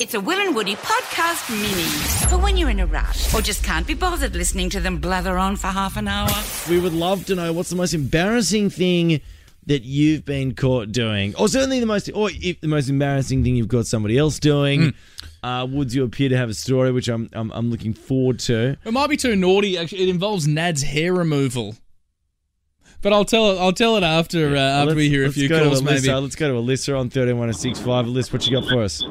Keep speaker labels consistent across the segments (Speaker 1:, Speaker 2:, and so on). Speaker 1: It's a Will and Woody podcast mini for when you're in a rush or just can't be bothered listening to them blather on for half an hour.
Speaker 2: We would love to know what's the most embarrassing thing that you've been caught doing, or certainly the most, or if the most embarrassing thing you've caught somebody else doing.
Speaker 3: Hmm.
Speaker 2: Uh, Woods, you appear to have a story which I'm I'm, I'm looking forward to.
Speaker 3: It might be too naughty. Actually, it involves Nad's hair removal. But I'll tell it. I'll tell it after uh, after
Speaker 2: Let's-
Speaker 3: we hear a
Speaker 2: let's
Speaker 3: few
Speaker 2: go to
Speaker 3: calls,
Speaker 2: Alyssa.
Speaker 3: maybe.
Speaker 2: Let's go to Alyssa on 131065. Alyssa, what you got for us?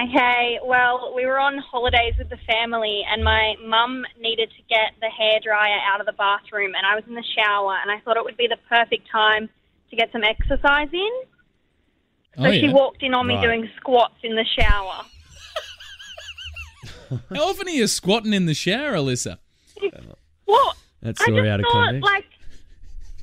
Speaker 4: Okay, well, we were on holidays with the family, and my mum needed to get the hairdryer out of the bathroom, and I was in the shower, and I thought it would be the perfect time to get some exercise in. So
Speaker 3: Oh,
Speaker 4: she
Speaker 3: yeah.
Speaker 4: walked in on me
Speaker 2: Right.
Speaker 4: doing squats in the shower.
Speaker 3: How often are you squatting in the shower, Alyssa?
Speaker 4: What?
Speaker 2: That's
Speaker 4: I
Speaker 2: story
Speaker 4: just
Speaker 2: out of
Speaker 4: thought,
Speaker 2: context.
Speaker 4: like,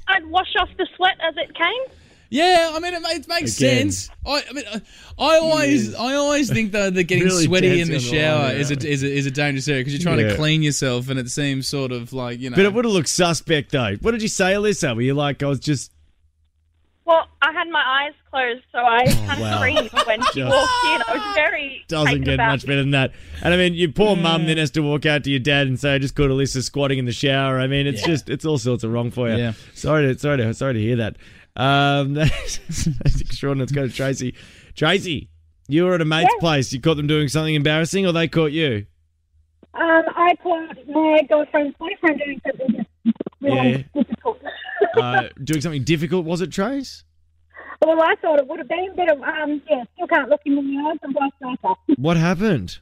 Speaker 4: I'd wash off the sweat as it came.
Speaker 3: Yeah, I mean it, ma- it makes
Speaker 2: Again.
Speaker 3: sense. I, I mean, I I always, I always think though that getting
Speaker 2: Really
Speaker 3: sweaty in the
Speaker 2: dancing on the
Speaker 3: shower
Speaker 2: line,
Speaker 3: is a,
Speaker 2: aren't
Speaker 3: is a is a dangerous area because you're trying
Speaker 2: Yeah.
Speaker 3: to clean yourself, and it seems sort of like you know.
Speaker 2: but it would have looked suspect though. What did you say, Alyssa? Were you like I was just
Speaker 4: Well, I had my eyes closed, so I
Speaker 2: Oh,
Speaker 4: kind
Speaker 2: wow.
Speaker 4: of screamed when she
Speaker 2: Just
Speaker 4: walked in. I was very
Speaker 2: doesn't
Speaker 4: taken
Speaker 2: get
Speaker 4: aback.
Speaker 2: much better than that. And I mean, your poor mum then has to walk out to your dad and say, "I just caught Alyssa squatting in the shower." I mean, it's just it's all sorts of wrong for you.
Speaker 3: Yeah.
Speaker 2: Sorry to sorry to sorry to hear that. Um, that's that's extraordinary. Let's go to Tracy. Tracy, you were at a mate's place. You caught them doing something embarrassing, or they caught you?
Speaker 5: Um, I caught my girlfriend's boyfriend doing something that's really difficult.
Speaker 2: Uh, doing something difficult was it, Trace?
Speaker 5: well, I thought it would have been, but um, yeah, still can't look him in the eyes and vice versa.
Speaker 2: What happened?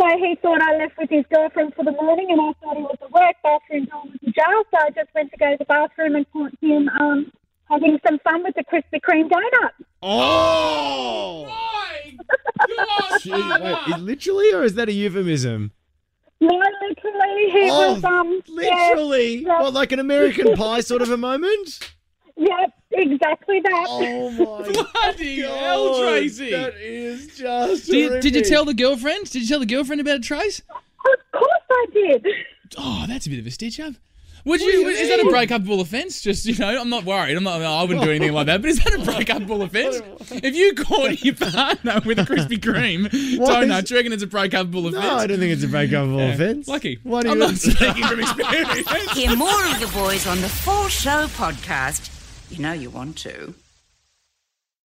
Speaker 5: So he thought I left with his girlfriend for the morning, and I thought he was at work. Bathroom door was ajar, so I just went to go to the bathroom and caught him um, having some fun with the Krispy Kreme donut.
Speaker 2: Oh, Gee, wait, is- literally, or is that a euphemism?
Speaker 5: No, literally, he
Speaker 2: Oh,
Speaker 5: was um, yeah,
Speaker 2: Literally,
Speaker 5: yeah.
Speaker 2: what like an American Pie sort of a moment?
Speaker 5: yeah, exactly that.
Speaker 2: Oh my
Speaker 3: bloody hell, Tracy.
Speaker 2: That is just.
Speaker 3: Did you, did you tell the girlfriend? Did you tell the girlfriend about it, Trace?
Speaker 5: Of course, I did.
Speaker 3: Oh, that's a bit of a stitch up. Would you?
Speaker 2: do you
Speaker 3: is that a
Speaker 2: mean?
Speaker 3: breakupable offence? Just you know, I'm not worried. I'm not. I wouldn't do anything like that. But is that a breakupable offence? If you caught your partner with a Krispy Kreme
Speaker 2: What
Speaker 3: donut,
Speaker 2: is-
Speaker 3: do you reckon it's a breakupable
Speaker 2: No,
Speaker 3: offence?
Speaker 2: I don't think it's a breakable offence.
Speaker 3: Lucky.
Speaker 2: Why do
Speaker 3: I'm
Speaker 2: you?
Speaker 3: not speaking from experience.
Speaker 1: Hear more of the boys on the Full Show podcast. You know you want to.